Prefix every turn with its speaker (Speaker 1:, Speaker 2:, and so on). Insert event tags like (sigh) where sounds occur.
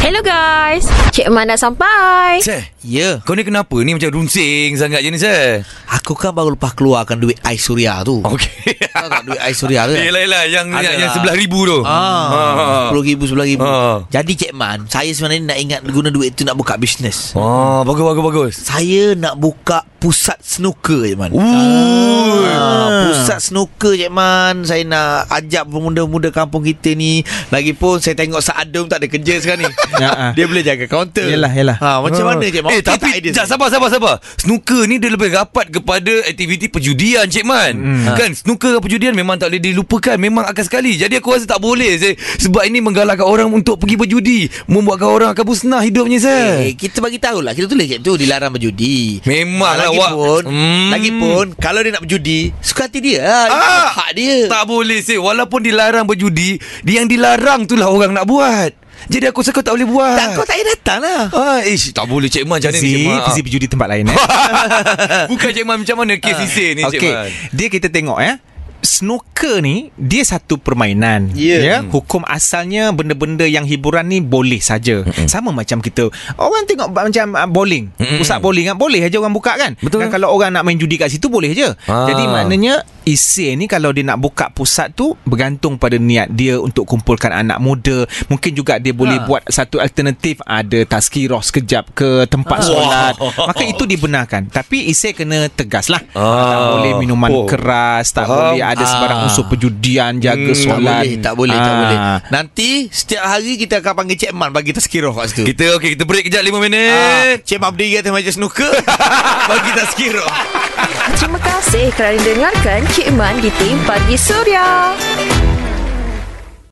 Speaker 1: Hello guys Cik Man dah sampai
Speaker 2: Sir, ya. Kau ni kenapa ni macam runsing sangat eh? je ni, Sir?
Speaker 3: Aku kan baru lepas keluarkan duit Ais Suria tu.
Speaker 4: Oh.
Speaker 2: Okey.
Speaker 3: Tahu tak
Speaker 2: (laughs)
Speaker 3: duit Ais Suria
Speaker 4: (laughs)
Speaker 3: tu?
Speaker 2: Yelah, yelah. Yang, yang,
Speaker 3: Adalah.
Speaker 2: yang sebelah ribu tu. Ah.
Speaker 3: Ah, RM10,000, RM11,000.
Speaker 2: Ah.
Speaker 4: Ha.
Speaker 3: Jadi Cik Man, saya sebenarnya nak ingat guna duit tu nak buka bisnes.
Speaker 4: Oh.
Speaker 2: Ah, bagus, bagus, bagus.
Speaker 3: Saya nak buka pusat snooker Cik Man.
Speaker 2: Ooh.
Speaker 3: Ah, pusat snooker Cik Man Saya nak ajak pemuda-pemuda kampung kita ni Lagipun saya tengok Saadum tak ada kerja sekarang ni
Speaker 4: (laughs) Ya, ah.
Speaker 3: Dia boleh jaga kaunter
Speaker 4: Yelah, yelah.
Speaker 3: ha, Macam mana Cik Man
Speaker 2: Eh
Speaker 3: Okey tak
Speaker 2: tapi
Speaker 3: idea
Speaker 2: Sekejap
Speaker 3: saya?
Speaker 2: sabar sabar sabar Snooker ni dia lebih rapat kepada Aktiviti perjudian Cik Man hmm. Kan
Speaker 3: Ah.
Speaker 2: snooker dan perjudian Memang tak boleh dilupakan Memang akan sekali Jadi aku rasa tak boleh saya. Sebab ini menggalakkan orang Untuk pergi berjudi Membuatkan orang akan musnah hidupnya saya.
Speaker 3: Eh, kita bagi tahu lah Kita tulis kat tu Dilarang berjudi
Speaker 2: Memang lah, awak.
Speaker 3: Lagipun
Speaker 2: Hmm.
Speaker 3: Lagipun Kalau dia nak berjudi Suka hati dia lah ah,
Speaker 2: Ah,
Speaker 3: Hak dia
Speaker 2: Tak boleh Sid Walaupun dilarang berjudi Yang dilarang tu lah orang nak buat Jadi aku rasa kau tak boleh buat
Speaker 3: tak kau tak payah datang lah
Speaker 2: ah, ish, Tak boleh Cik Man Macam mana ni ah. Cik
Speaker 4: Fizi,
Speaker 2: Man
Speaker 4: Fizi berjudi tempat lain eh.
Speaker 2: (laughs) Bukan Cik Man macam mana Kes Isin ni Cik
Speaker 4: Okey,
Speaker 2: Man
Speaker 4: dia kita tengok eh. Snooker ni dia satu permainan.
Speaker 3: Ya.
Speaker 2: Hmm.
Speaker 4: Ya, hukum asalnya benda-benda yang hiburan ni boleh saja. Sama macam kita. Orang tengok ba- macam uh, bowling.
Speaker 2: Mm-mm.
Speaker 4: Pusat bowling kan boleh aja orang buka kan.
Speaker 2: Betul.
Speaker 4: Dan kalau orang nak main judi kat situ boleh aja.
Speaker 2: Ah.
Speaker 4: Jadi maknanya Isin ni kalau dia nak buka pusat tu bergantung pada niat dia untuk kumpulkan anak muda. Mungkin juga dia boleh
Speaker 2: Ah.
Speaker 3: Ha.
Speaker 4: buat satu alternatif ada tazkirah sekejap
Speaker 2: Ah.
Speaker 4: ke tempat
Speaker 2: (laughs)
Speaker 4: solat. Maka itu dibenarkan. Tapi Isin kena tegas lah. Tak
Speaker 2: Ah.
Speaker 4: boleh minuman
Speaker 2: Oh.
Speaker 4: oh. keras Tak
Speaker 2: Faham.
Speaker 4: Faham. boleh ada sebarang
Speaker 3: Ah. Hmm.
Speaker 4: unsur perjudian Jaga
Speaker 3: Tak
Speaker 4: solat
Speaker 3: boleh Tak boleh, tak
Speaker 4: Ah.
Speaker 3: boleh. Nanti Setiap hari kita akan panggil Cik Man Bagi tazkirah kat situ
Speaker 2: Kita okay, kita break kejap 5
Speaker 3: Ah,
Speaker 2: minit
Speaker 3: Cik Man berdiri atas meja snooker (laughs) Bagi tazkirah
Speaker 1: Terima kasih kerana dengarkan Cik Man di Tim Pagi Surya